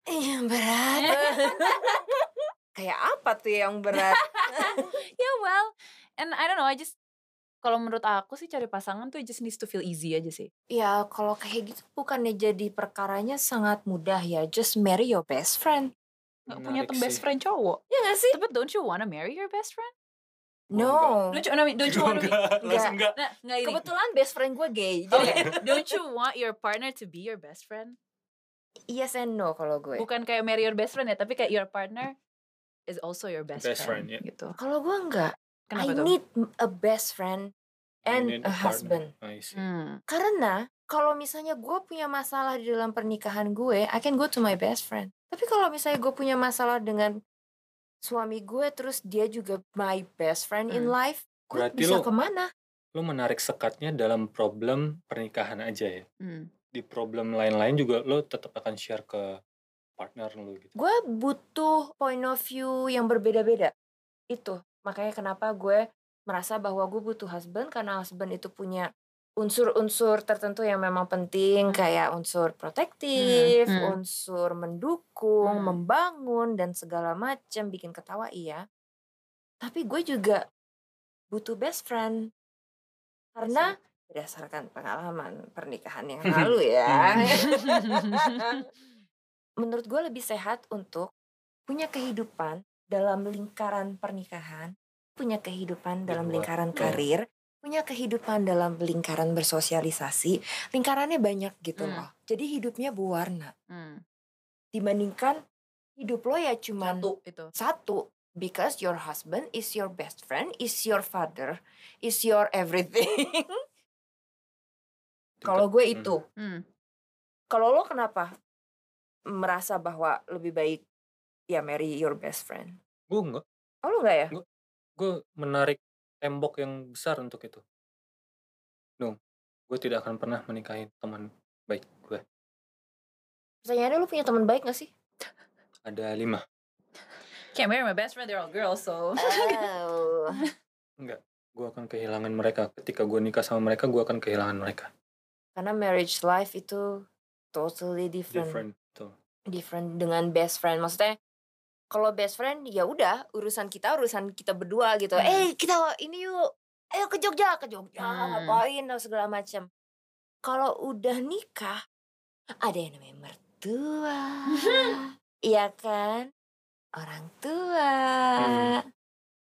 Speaker 2: Iya berat. Kayak apa tuh yang berat?
Speaker 1: yeah ya, well and I don't know I just kalau menurut aku sih cari pasangan tuh just needs to feel easy aja sih.
Speaker 2: ya kalau kayak gitu bukannya jadi perkaranya sangat mudah ya. Just marry your best friend.
Speaker 1: Gak punya
Speaker 3: Menarik
Speaker 1: tem- best
Speaker 3: sih.
Speaker 1: friend cowok.
Speaker 2: Ya gak sih? Oh,
Speaker 1: Tapi don't you wanna marry your best friend?
Speaker 2: No.
Speaker 1: Don't you, no, I mean, don't you
Speaker 3: Gua
Speaker 1: wanna be
Speaker 3: enggak, langsung enggak.
Speaker 1: Nah, nggak ini.
Speaker 2: Kebetulan best friend gue gay. Jadi
Speaker 1: Okay. Don't you want your partner to be your best friend?
Speaker 2: yes and iya no kalau gue.
Speaker 1: Bukan kayak marry your best friend ya, tapi kayak your partner is also your best,
Speaker 3: Best
Speaker 1: friend,
Speaker 3: friend, ya.
Speaker 1: gitu.
Speaker 2: Kalau gue enggak.
Speaker 1: Kenapa
Speaker 2: I
Speaker 1: tuh?
Speaker 2: need a best friend
Speaker 3: You
Speaker 2: and
Speaker 3: need
Speaker 2: a
Speaker 3: partner.
Speaker 2: husband.
Speaker 3: I see.
Speaker 1: Hmm.
Speaker 2: Karena kalau misalnya gue punya masalah di dalam pernikahan gue, I can go to my best friend. Tapi kalau misalnya gue punya masalah dengan suami gue, terus dia juga my best friend in
Speaker 1: Hmm.
Speaker 2: life, gue
Speaker 3: Berarti
Speaker 2: bisa
Speaker 3: lo-
Speaker 2: kemana?
Speaker 3: lo menarik sekatnya dalam problem pernikahan aja ya
Speaker 1: hmm.
Speaker 3: di problem lain-lain juga lo tetap akan share ke partner lo gitu
Speaker 2: Gue butuh point of view yang berbeda-beda. Itu makanya kenapa gue merasa bahwa gue butuh husband karena husband itu punya unsur-unsur tertentu yang memang penting kayak unsur protektif,
Speaker 1: Hmm, hmm.
Speaker 2: unsur mendukung,
Speaker 1: Hmm.
Speaker 2: membangun dan segala macam bikin ketawa iya. Tapi gue juga butuh best friend karena berdasarkan pengalaman pernikahan yang lalu ya
Speaker 1: Hmm.
Speaker 2: menurut gue lebih sehat untuk punya kehidupan dalam lingkaran pernikahan, punya kehidupan dalam
Speaker 3: luar,
Speaker 2: lingkaran
Speaker 3: betul.
Speaker 2: karir, punya kehidupan dalam lingkaran bersosialisasi. Lingkarannya banyak gitu
Speaker 1: Hmm.
Speaker 2: loh. Jadi hidupnya berwarna.
Speaker 1: Hmm.
Speaker 2: Dibandingkan hidup lo ya cuman
Speaker 1: Satu itu.
Speaker 2: satu. Because your husband is your best friend, is your father, is your everything. Kalau gue
Speaker 3: Hmm.
Speaker 2: itu.
Speaker 1: Hmm.
Speaker 2: Kalau lo kenapa merasa bahwa lebih baik ya marry your best friend?
Speaker 3: gue enggak
Speaker 2: Oh lo nggak ya?
Speaker 3: gue menarik tembok yang besar untuk itu no gue tidak akan pernah menikahi teman baik gue
Speaker 2: Pertanyaannya lo punya teman baik gak sih?
Speaker 3: ada lima
Speaker 1: Can't marry my best friend, they're all girls, so.
Speaker 2: Oh.
Speaker 3: gue akan kehilangan mereka ketika gue nikah sama mereka gue akan kehilangan mereka
Speaker 2: Karena marriage life itu totally different. Different,
Speaker 3: different tuh
Speaker 2: dengan best friend. Maksudnya kalau best friend ya udah urusan kita urusan kita berdua gitu.
Speaker 1: Hmm.
Speaker 2: Eh kita ini yuk. Ayo ke Jogja, ke Jogja
Speaker 1: Hmm.
Speaker 2: ngapain dan segala macam. Kalau udah nikah ada yang namanya mertua. Iya kan? Orang tua.
Speaker 3: Hmm.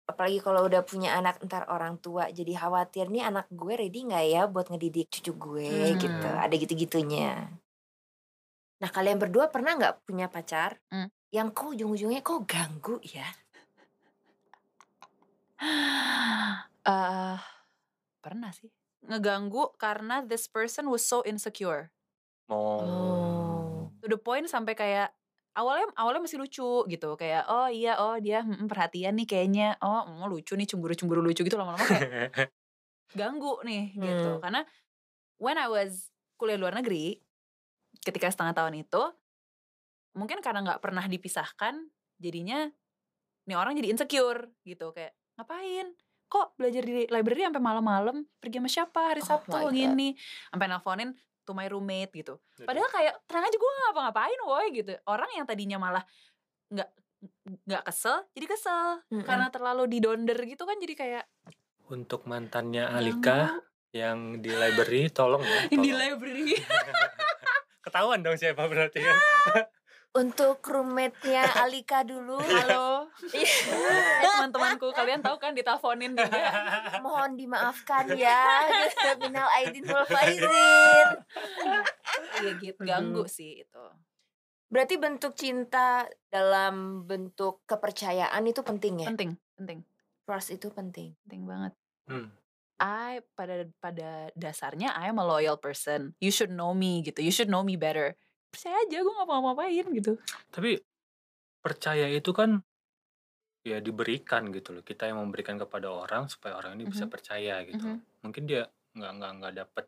Speaker 2: Apalagi kalau udah punya anak ntar orang tua jadi khawatir nih anak gue ready nggak ya buat ngedidik cucu
Speaker 1: Hmm.
Speaker 2: gue gitu. Ada gitu-gitunya. Nah kalian berdua pernah nggak punya pacar
Speaker 1: Hmm.
Speaker 2: yang kok ujung-ujungnya kok ganggu ya?
Speaker 1: Eh, pernah sih. Ngeganggu karena this person was so insecure.
Speaker 2: Oh.
Speaker 1: To the point sampai kayak awalnya awalnya masih lucu gitu kayak oh iya oh dia mm, perhatian nih kayaknya oh mm, lucu nih cemburu-cemburu lucu gitu lama-lama kayak ganggu nih gitu
Speaker 2: Hmm.
Speaker 1: karena when I was kuliah luar negeri ketika setengah tahun itu mungkin karena nggak pernah dipisahkan jadinya nih orang jadi insecure gitu kayak ngapain kok belajar di library sampai malam-malam pergi sama siapa hari
Speaker 2: Oh
Speaker 1: Sabtu
Speaker 2: my God.
Speaker 1: gini sampai nelfonin to my roommate gitu Padahal kayak tenang aja gue gak ngapa-ngapain woi gitu. Orang yang tadinya malah nggak nggak kesel jadi kesel
Speaker 2: Mm-mm.
Speaker 1: karena terlalu didonder gitu kan jadi kayak
Speaker 3: untuk mantannya Alika yang di library tolong
Speaker 1: yang
Speaker 3: ya. tolong.
Speaker 1: di library
Speaker 3: Ketahuan dong siapa berarti kan.
Speaker 2: Untuk roommate-nya Alika dulu.
Speaker 1: halo Eh, teman-temanku kalian tahu kan diteleponin juga
Speaker 2: mohon dimaafkan ya Minal Aidin wal Faizin
Speaker 1: iya gitu ganggu sih itu
Speaker 2: berarti bentuk cinta dalam bentuk kepercayaan itu penting ya
Speaker 1: Iya. penting penting
Speaker 2: trust itu penting
Speaker 1: penting banget
Speaker 3: Hmm.
Speaker 1: I pada pada dasarnya I am a loyal person you should know me gitu you should know me better percaya aja gue nggak mau ngapain gitu
Speaker 3: Tapi percaya itu kan ya diberikan gitu loh. Kita yang memberikan kepada orang supaya orang ini bisa
Speaker 1: Mhm.
Speaker 3: percaya gitu.
Speaker 1: Mhm.
Speaker 3: Mungkin dia nggak nggak nggak dapet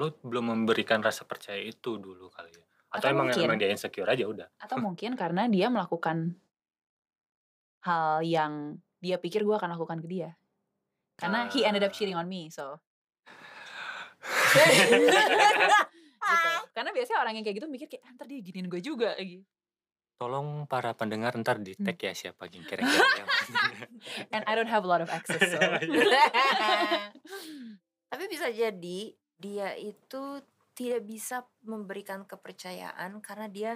Speaker 3: lo belum memberikan rasa percaya itu dulu kali ya. Atau,
Speaker 1: Atau
Speaker 3: emang
Speaker 1: mungkin-
Speaker 3: emang dia insecure aja udah.
Speaker 1: atau mungkin karena dia melakukan hal yang dia pikir gue akan lakukan ke dia karena he ended up cheating on me so gitu. karena biasanya orang yang kayak gitu mikir kayak "Ah, ntar dia giniin gue juga gitu. lagi
Speaker 3: Tolong para pendengar ntar di
Speaker 1: Hmm.
Speaker 3: tag ya siapa yang kira-kira yang-
Speaker 1: and I don't have a lot of access so
Speaker 2: tapi bisa jadi dia itu tidak bisa memberikan kepercayaan karena dia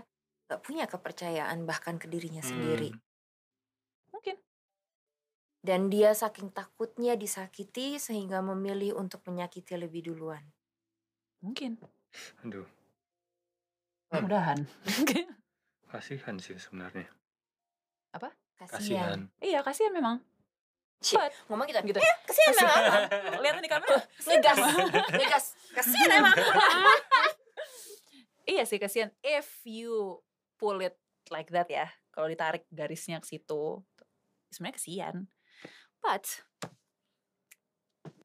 Speaker 2: nggak punya kepercayaan bahkan ke dirinya sendiri
Speaker 3: Hmm.
Speaker 1: mungkin
Speaker 2: dan dia saking takutnya disakiti sehingga memilih untuk menyakiti lebih duluan
Speaker 1: mungkin
Speaker 3: Aduh, Hmm.
Speaker 1: mudahan
Speaker 3: kasihan sih sebenarnya.
Speaker 2: kasihan
Speaker 3: Kasihan.
Speaker 1: iya kasihan memang
Speaker 2: Cie,
Speaker 1: But-
Speaker 2: ngomong kita
Speaker 1: gitu
Speaker 2: kasihan
Speaker 1: Kasihan.
Speaker 2: memang
Speaker 1: lihat di kamera Kan
Speaker 2: ngegas ngegas kasihan emang
Speaker 1: Iya sih kasihan if you pull it like that ya. Kalau ditarik garisnya ke situ sebenarnya kasihan. But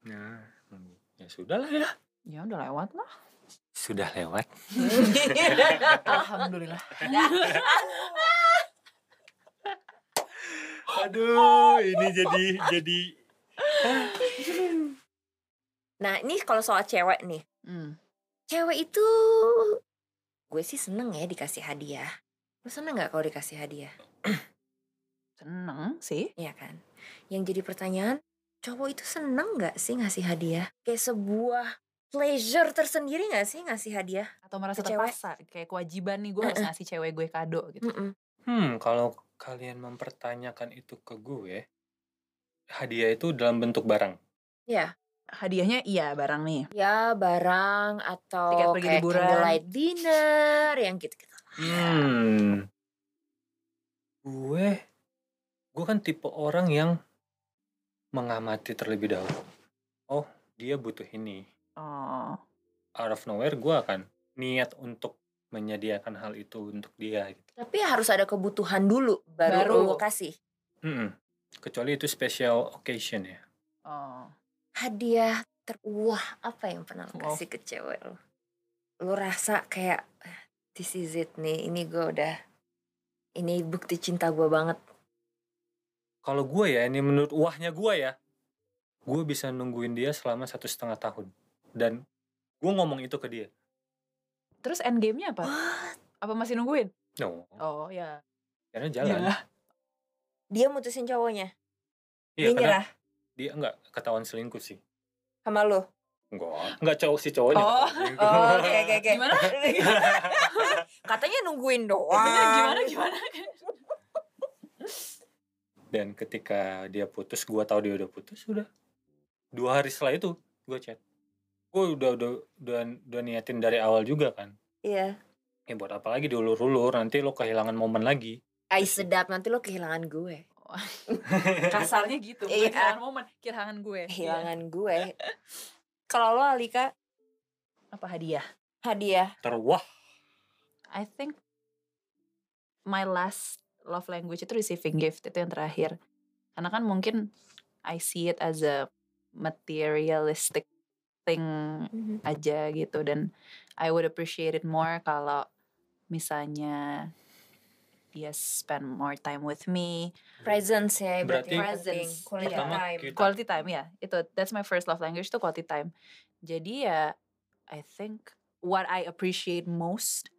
Speaker 3: Nah, hmm. ya sudahlah ya.
Speaker 1: ya udah lewat lah.
Speaker 3: Sudah lewat.
Speaker 1: Alhamdulillah.
Speaker 3: Aduh, ini jadi jadi
Speaker 2: nah ini kalau soal cewek nih
Speaker 1: Hmm.
Speaker 2: cewek itu gue sih seneng ya dikasih hadiah lu seneng nggak kalau dikasih hadiah
Speaker 1: Seneng sih.
Speaker 2: Iya kan yang jadi pertanyaan cowok itu seneng nggak sih ngasih hadiah kayak sebuah pleasure tersendiri nggak sih ngasih hadiah
Speaker 1: Atau merasa
Speaker 2: Ke cewek.
Speaker 1: terpaksa kayak kewajiban nih gue harus ngasih cewek gue kado gitu.
Speaker 2: Mm-mm.
Speaker 3: Hmm, kalau kalian mempertanyakan itu ke gue, hadiah itu dalam bentuk barang.
Speaker 1: Hadiahnya iya barang nih.
Speaker 2: ya barang
Speaker 1: Tiket
Speaker 2: atau
Speaker 1: pergi
Speaker 2: kayak
Speaker 1: liburan.
Speaker 2: candlelight dinner yang gitu gitu
Speaker 3: Hmm. Gue gue kan tipe orang yang mengamati terlebih dahulu. Oh, dia butuh ini.
Speaker 1: Oh.
Speaker 3: Out of nowhere gue akan niat untuk menyediakan hal itu untuk dia gitu.
Speaker 2: tapi harus ada kebutuhan dulu baru,
Speaker 1: Baru.
Speaker 2: lu kasih
Speaker 3: Mm-mm. Kecuali itu special occasion ya.
Speaker 1: Oh.
Speaker 2: hadiah teruah apa yang pernah lo
Speaker 1: Wow.
Speaker 2: kasih ke cewek lo? Lo rasa kayak "Ah, this is it nih, ini gue udah ini bukti cinta gue banget.
Speaker 3: Kalau gue ya, ini menurut wahnya gue ya, gue bisa nungguin dia selama satu setengah tahun. Dan gue ngomong itu ke dia.
Speaker 1: Terus end game-nya apa?
Speaker 2: What?
Speaker 1: Apa masih nungguin?
Speaker 3: No,
Speaker 1: Oh ya.
Speaker 3: karena jalan.
Speaker 1: Iya.
Speaker 2: Dia mutusin cowoknya. dia
Speaker 3: Iya, karena
Speaker 2: nyerah
Speaker 3: dia enggak ketahuan selingkuh sih.
Speaker 2: sama lo.
Speaker 3: Enggak, enggak cowok si cowoknya.
Speaker 1: Oh.
Speaker 3: ketahuan selingkuh.
Speaker 2: Oh, oke oke oke.
Speaker 1: Gimana?
Speaker 2: Katanya nungguin doang.
Speaker 1: Gimana gimana?
Speaker 3: Dan ketika dia putus, gue tahu dia udah putus, udah. Dua hari setelah itu, gue chat. Gue udah, udah, udah, udah niatin dari awal juga kan.
Speaker 2: Iya.
Speaker 3: Ya buat apa lagi diulur-ulur, nanti lo kehilangan momen lagi.
Speaker 2: Ai sedap nanti lo kehilangan gue.
Speaker 1: Kasarnya gitu. bukan
Speaker 2: Iya.
Speaker 1: Kehilangan momen, kehilangan gue. Iya.
Speaker 2: kehilangan gue kalau lo Alika
Speaker 1: Apa hadiah?
Speaker 2: hadiah
Speaker 3: Terwah.
Speaker 1: I think my last love language itu receiving gift itu yang terakhir. Karena kan mungkin I see it as a materialistic thing
Speaker 2: Mhm.
Speaker 1: aja gitu dan I would appreciate it more kalau misalnya dia spend more time with me.
Speaker 2: presence ya
Speaker 3: Berarti
Speaker 2: ibaratnya.
Speaker 1: Presence.
Speaker 2: quality
Speaker 1: Pertama
Speaker 2: time
Speaker 3: kita-
Speaker 1: Quality time ya. Itu that's my first love language itu quality time. Jadi ya I think what I appreciate most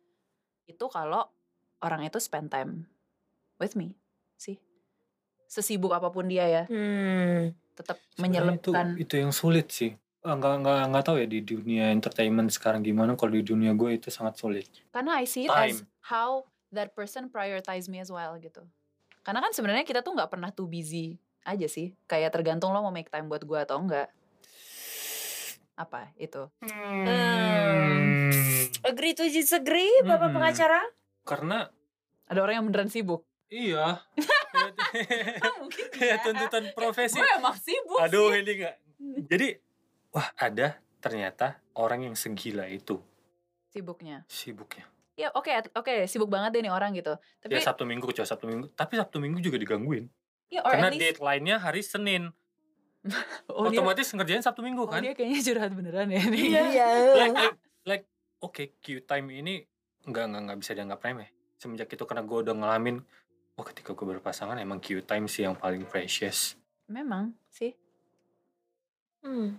Speaker 1: itu kalau orang itu spend time with me sih. Sesibuk apapun dia ya,
Speaker 2: hmm.
Speaker 1: tetap
Speaker 3: Sebenarnya itu-
Speaker 1: menyelipkan.
Speaker 3: itu, yang sulit sih Ah, nggak nggak nggak tahu ya di dunia entertainment sekarang gimana kalau di dunia gue itu sangat sulit
Speaker 1: Karena I see it as
Speaker 3: time
Speaker 1: how that person prioritize me as well gitu. Karena kan sebenarnya kita tuh nggak pernah too busy aja sih. Kayak tergantung lo mau make time buat gua atau enggak. Apa itu?
Speaker 3: Hmm.
Speaker 2: agree to disagree
Speaker 1: Hmm.
Speaker 2: bapak
Speaker 3: Mm-mm.
Speaker 2: pengacara
Speaker 3: karena
Speaker 1: Ada orang yang beneran sibuk.
Speaker 3: iya
Speaker 1: Mungkin
Speaker 3: kayak tuntutan profesi
Speaker 1: Gue emang sibuk
Speaker 3: aduh
Speaker 1: sih.
Speaker 3: ini nggak jadi wah ada ternyata orang yang segila itu
Speaker 1: Sibuknya.
Speaker 3: sibuknya
Speaker 1: Ya oke at- oke sibuk banget deh nih orang gitu.
Speaker 3: ya
Speaker 1: Tapi
Speaker 3: sabtu minggu kecuali sabtu minggu tapi sabtu minggu juga digangguin
Speaker 1: ya or at
Speaker 3: karena
Speaker 1: least
Speaker 3: deadline-nya hari senin
Speaker 1: oh, dia,
Speaker 3: otomatis ngerjain sabtu minggu
Speaker 1: oh,
Speaker 3: kan
Speaker 1: dia kayaknya curhat beneran ya. nih.
Speaker 2: Iya.
Speaker 3: like
Speaker 1: Iya.
Speaker 3: like, like oke Q time ini nggak nggak nggak bisa dianggap remeh semenjak itu karena gue udah ngalamin oh ketika gue berpasangan emang Q time sih yang paling precious
Speaker 1: Memang sih.
Speaker 2: Hmm.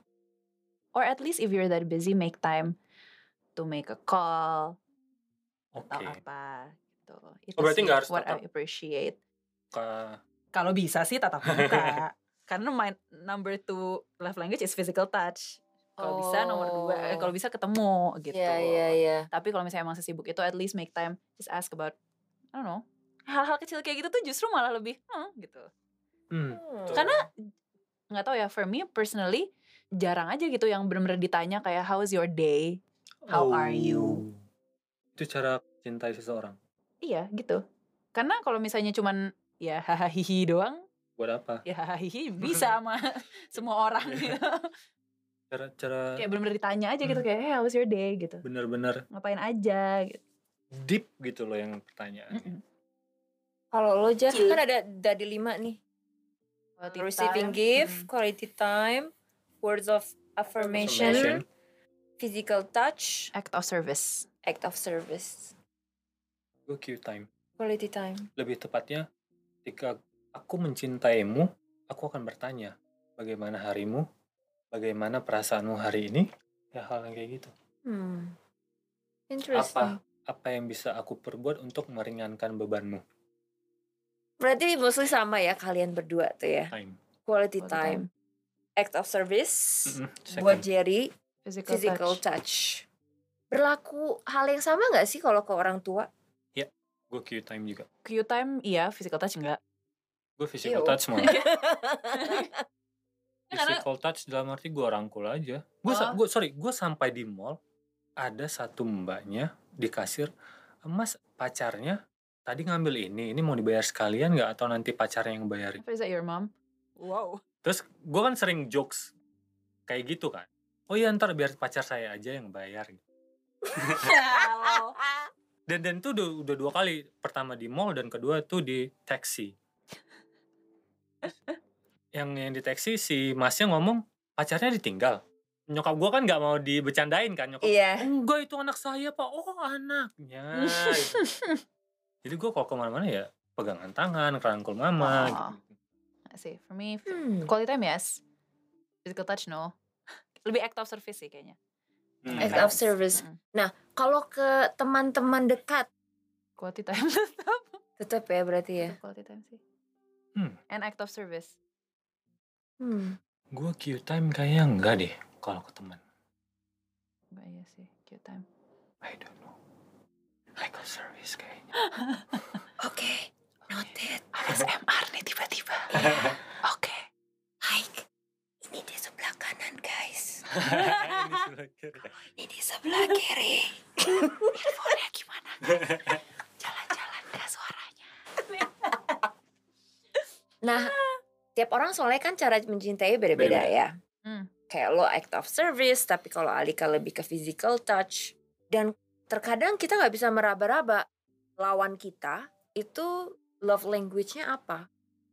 Speaker 1: Or at least if you're that busy make time to make a call
Speaker 3: oke
Speaker 1: atau apa gitu. Itu
Speaker 3: Oh, berarti
Speaker 1: sih
Speaker 3: nggak harus
Speaker 1: what I
Speaker 3: tetap-
Speaker 1: appreciate.
Speaker 3: Ka-
Speaker 1: Kalau bisa sih tatap muka. Karena my number two love language is physical touch. Kalau bisa nomor dua, eh,
Speaker 2: Oh.
Speaker 1: kalau bisa ketemu gitu.
Speaker 2: Iya, iya, iya.
Speaker 1: Tapi kalau misalnya emang sesibuk itu at least make time just ask about I don't know. Hal-hal kecil kayak gitu tuh justru malah lebih hmm, gitu.
Speaker 3: hmm,
Speaker 2: Kan
Speaker 1: Karena nggak tahu ya for me personally jarang aja gitu yang bener-bener ditanya kayak how is your day? How are you?
Speaker 3: Oh. itu cara cintai seseorang
Speaker 1: Iya gitu. Karena kalau misalnya cuman ya hahaha hihi doang,
Speaker 3: buat apa
Speaker 1: ya hahaha hihi bisa sama semua orang
Speaker 2: Iya.
Speaker 1: gitu.
Speaker 3: cara cara
Speaker 1: kayak bener-bener ditanya aja
Speaker 2: Hmm.
Speaker 1: gitu kayak hey, how was your day gitu
Speaker 3: benar-benar
Speaker 1: ngapain aja gitu
Speaker 3: deep gitu loh yang pertanyaannya
Speaker 1: Mm-mm.
Speaker 2: Kalau lo Jas kan ada dari lima nih.
Speaker 1: Quality
Speaker 2: Receiving
Speaker 1: time,
Speaker 2: gift,
Speaker 1: mm.
Speaker 2: quality time, words of affirmation,
Speaker 3: Affirmation.
Speaker 2: physical touch,
Speaker 1: act of service
Speaker 2: act of service.
Speaker 3: gue Q time
Speaker 2: Quality time.
Speaker 3: lebih tepatnya ketika aku mencintaimu aku akan bertanya bagaimana harimu bagaimana perasaanmu hari ini ya hal yang kayak gitu
Speaker 2: Hmm.
Speaker 3: apa
Speaker 2: Interesting.
Speaker 3: apa yang bisa aku perbuat untuk meringankan bebanmu
Speaker 2: Berarti mostly sama ya kalian berdua tuh ya.
Speaker 3: time
Speaker 1: Quality
Speaker 2: Quality, time.
Speaker 1: time.
Speaker 2: act of service
Speaker 3: Mm-mm,
Speaker 2: buat
Speaker 3: second.
Speaker 2: Jerry,
Speaker 1: physical,
Speaker 2: physical
Speaker 1: touch.
Speaker 2: touch. Berlaku hal yang sama nggak sih kalau ke orang tua?
Speaker 3: gue Q time juga
Speaker 1: Q time iya physical touch enggak
Speaker 3: gue
Speaker 2: Ew.
Speaker 3: physical touch mau
Speaker 1: Karena-
Speaker 3: physical touch dalam arti gue rangkul aja gue
Speaker 1: Oh.
Speaker 3: sa- gue- sorry gue sampai di mall ada satu mbaknya di kasir mas pacarnya tadi ngambil ini ini mau dibayar sekalian nggak atau nanti pacarnya yang bayarin
Speaker 2: Iya.
Speaker 1: apa is that your mom wow
Speaker 3: Terus gue kan sering jokes kayak gitu kan. Oh iya ntar biar pacar saya aja yang bayar. gitu. Dan dan tuh udah, udah dua kali. Pertama di mall dan kedua tuh di taksi. yang yang di taksi si masnya ngomong pacarnya ditinggal. Nyokap gue kan nggak mau dibecandain kan nyokap.
Speaker 2: Iya.
Speaker 3: Enggak itu anak saya pak. Oh anaknya. gitu. Jadi gue kalau kemana-mana ya pegangan tangan, kerangkul mama.
Speaker 1: Oh.
Speaker 3: Gitu.
Speaker 1: sih for me f-
Speaker 2: Hmm.
Speaker 1: quality time yes physical touch no lebih act of service sih kayaknya
Speaker 3: Hmm.
Speaker 2: Act of service.
Speaker 1: Mm-mm.
Speaker 2: Kalau ke teman-teman dekat
Speaker 1: quality time tetap
Speaker 2: tetap ya berarti ya.
Speaker 1: Tetap quality time sih
Speaker 3: Hmm.
Speaker 1: and act of service
Speaker 2: Hmm.
Speaker 3: Gue Q time kayaknya enggak deh kalau ke teman.
Speaker 1: Enggak, iya sih Q time
Speaker 3: I don't know. I got service kayaknya.
Speaker 2: Oke. Noted.
Speaker 1: ASMR nih tiba-tiba oke
Speaker 2: Hike. Ini di sebelah kanan guys. Ini di sebelah kiri.
Speaker 1: Teleponnya gimana? Jalan-jalan gak suaranya.
Speaker 2: Nah, tiap orang soalnya kan cara mencintai beda-beda
Speaker 3: Beda-beda.
Speaker 2: ya.
Speaker 1: Hmm.
Speaker 2: Kayak lo act of service, tapi kalau Alika lebih ke physical touch. Dan terkadang kita nggak bisa meraba-raba lawan kita itu love language-nya apa.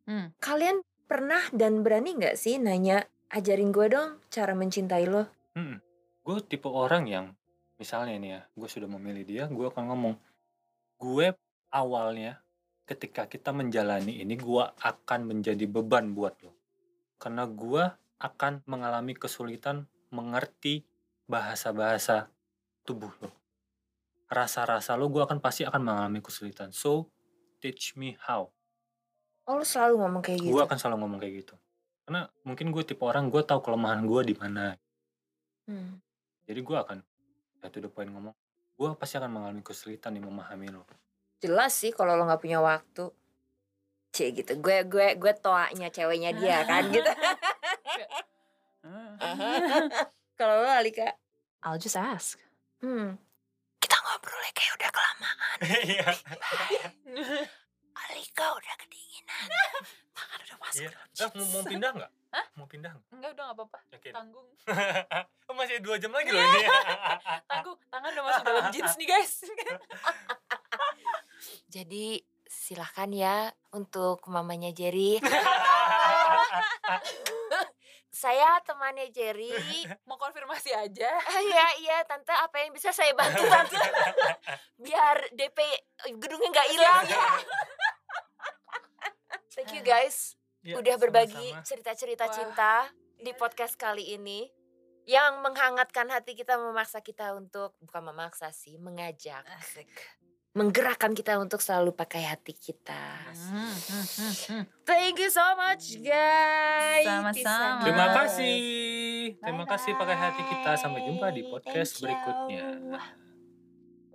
Speaker 1: Hmm.
Speaker 2: Kalian pernah dan berani nggak sih nanya ajarin gue dong cara mencintai lo?
Speaker 3: Hmm, Gue tipe orang yang misalnya nih ya, gue sudah memilih dia, gue akan ngomong gue awalnya ketika kita menjalani ini gue akan menjadi beban buat lo. Karena gue akan mengalami kesulitan mengerti bahasa-bahasa tubuh lo. Rasa-rasa lo gue akan pasti akan mengalami kesulitan. So teach me how.
Speaker 2: Oh, lo selalu ngomong kayak gitu.
Speaker 3: gue akan selalu ngomong kayak gitu karena mungkin gue tipe orang gue tahu kelemahan gue di mana
Speaker 2: Hmm.
Speaker 3: jadi gue akan ya to the point ngomong gue pasti akan mengalami kesulitan nih memahami lo
Speaker 2: jelas sih kalau lo nggak punya waktu cie gitu gue gue gue toanya ceweknya dia kan gitu
Speaker 3: Ah.
Speaker 2: kalau lo Alika
Speaker 1: I'll just ask.
Speaker 2: hmm kita ngobrolnya kayak udah kelamaan
Speaker 3: iya
Speaker 2: Alika udah kedinginan tangan udah
Speaker 3: iya Eh, mau, mau pindah nggak mau pindah nggak
Speaker 1: Enggak udah nggak apa-apa.
Speaker 3: yakin
Speaker 1: Tanggung,
Speaker 3: Oh, masih dua jam lagi loh ini Iya,
Speaker 1: tanggung. Tangan udah masuk dalam jeans nih guys.
Speaker 4: Jadi silahkan ya untuk mamanya Jerry. Saya temannya Jerry.
Speaker 1: Mau konfirmasi aja.
Speaker 4: Iya iya tante apa yang bisa saya bantu tante? Biar DP gedungnya nggak
Speaker 1: Iya,
Speaker 4: hilang ya. Thank you guys
Speaker 3: Iya,
Speaker 4: udah berbagi
Speaker 3: sama-sama.
Speaker 4: cerita-cerita
Speaker 1: Wah. iya.
Speaker 4: cinta di podcast kali ini yang menghangatkan hati kita memaksa kita untuk bukan memaksa sih mengajak
Speaker 1: Asik.
Speaker 4: menggerakkan kita untuk selalu pakai hati kita.
Speaker 1: Hmm,
Speaker 3: Hmm,
Speaker 2: thank you so much guys
Speaker 1: Sama-sama.
Speaker 3: terima
Speaker 1: Bye.
Speaker 3: kasih terima kasih pakai hati kita sampai jumpa di
Speaker 4: Bye-bye.
Speaker 3: podcast
Speaker 4: Thank you.
Speaker 3: berikutnya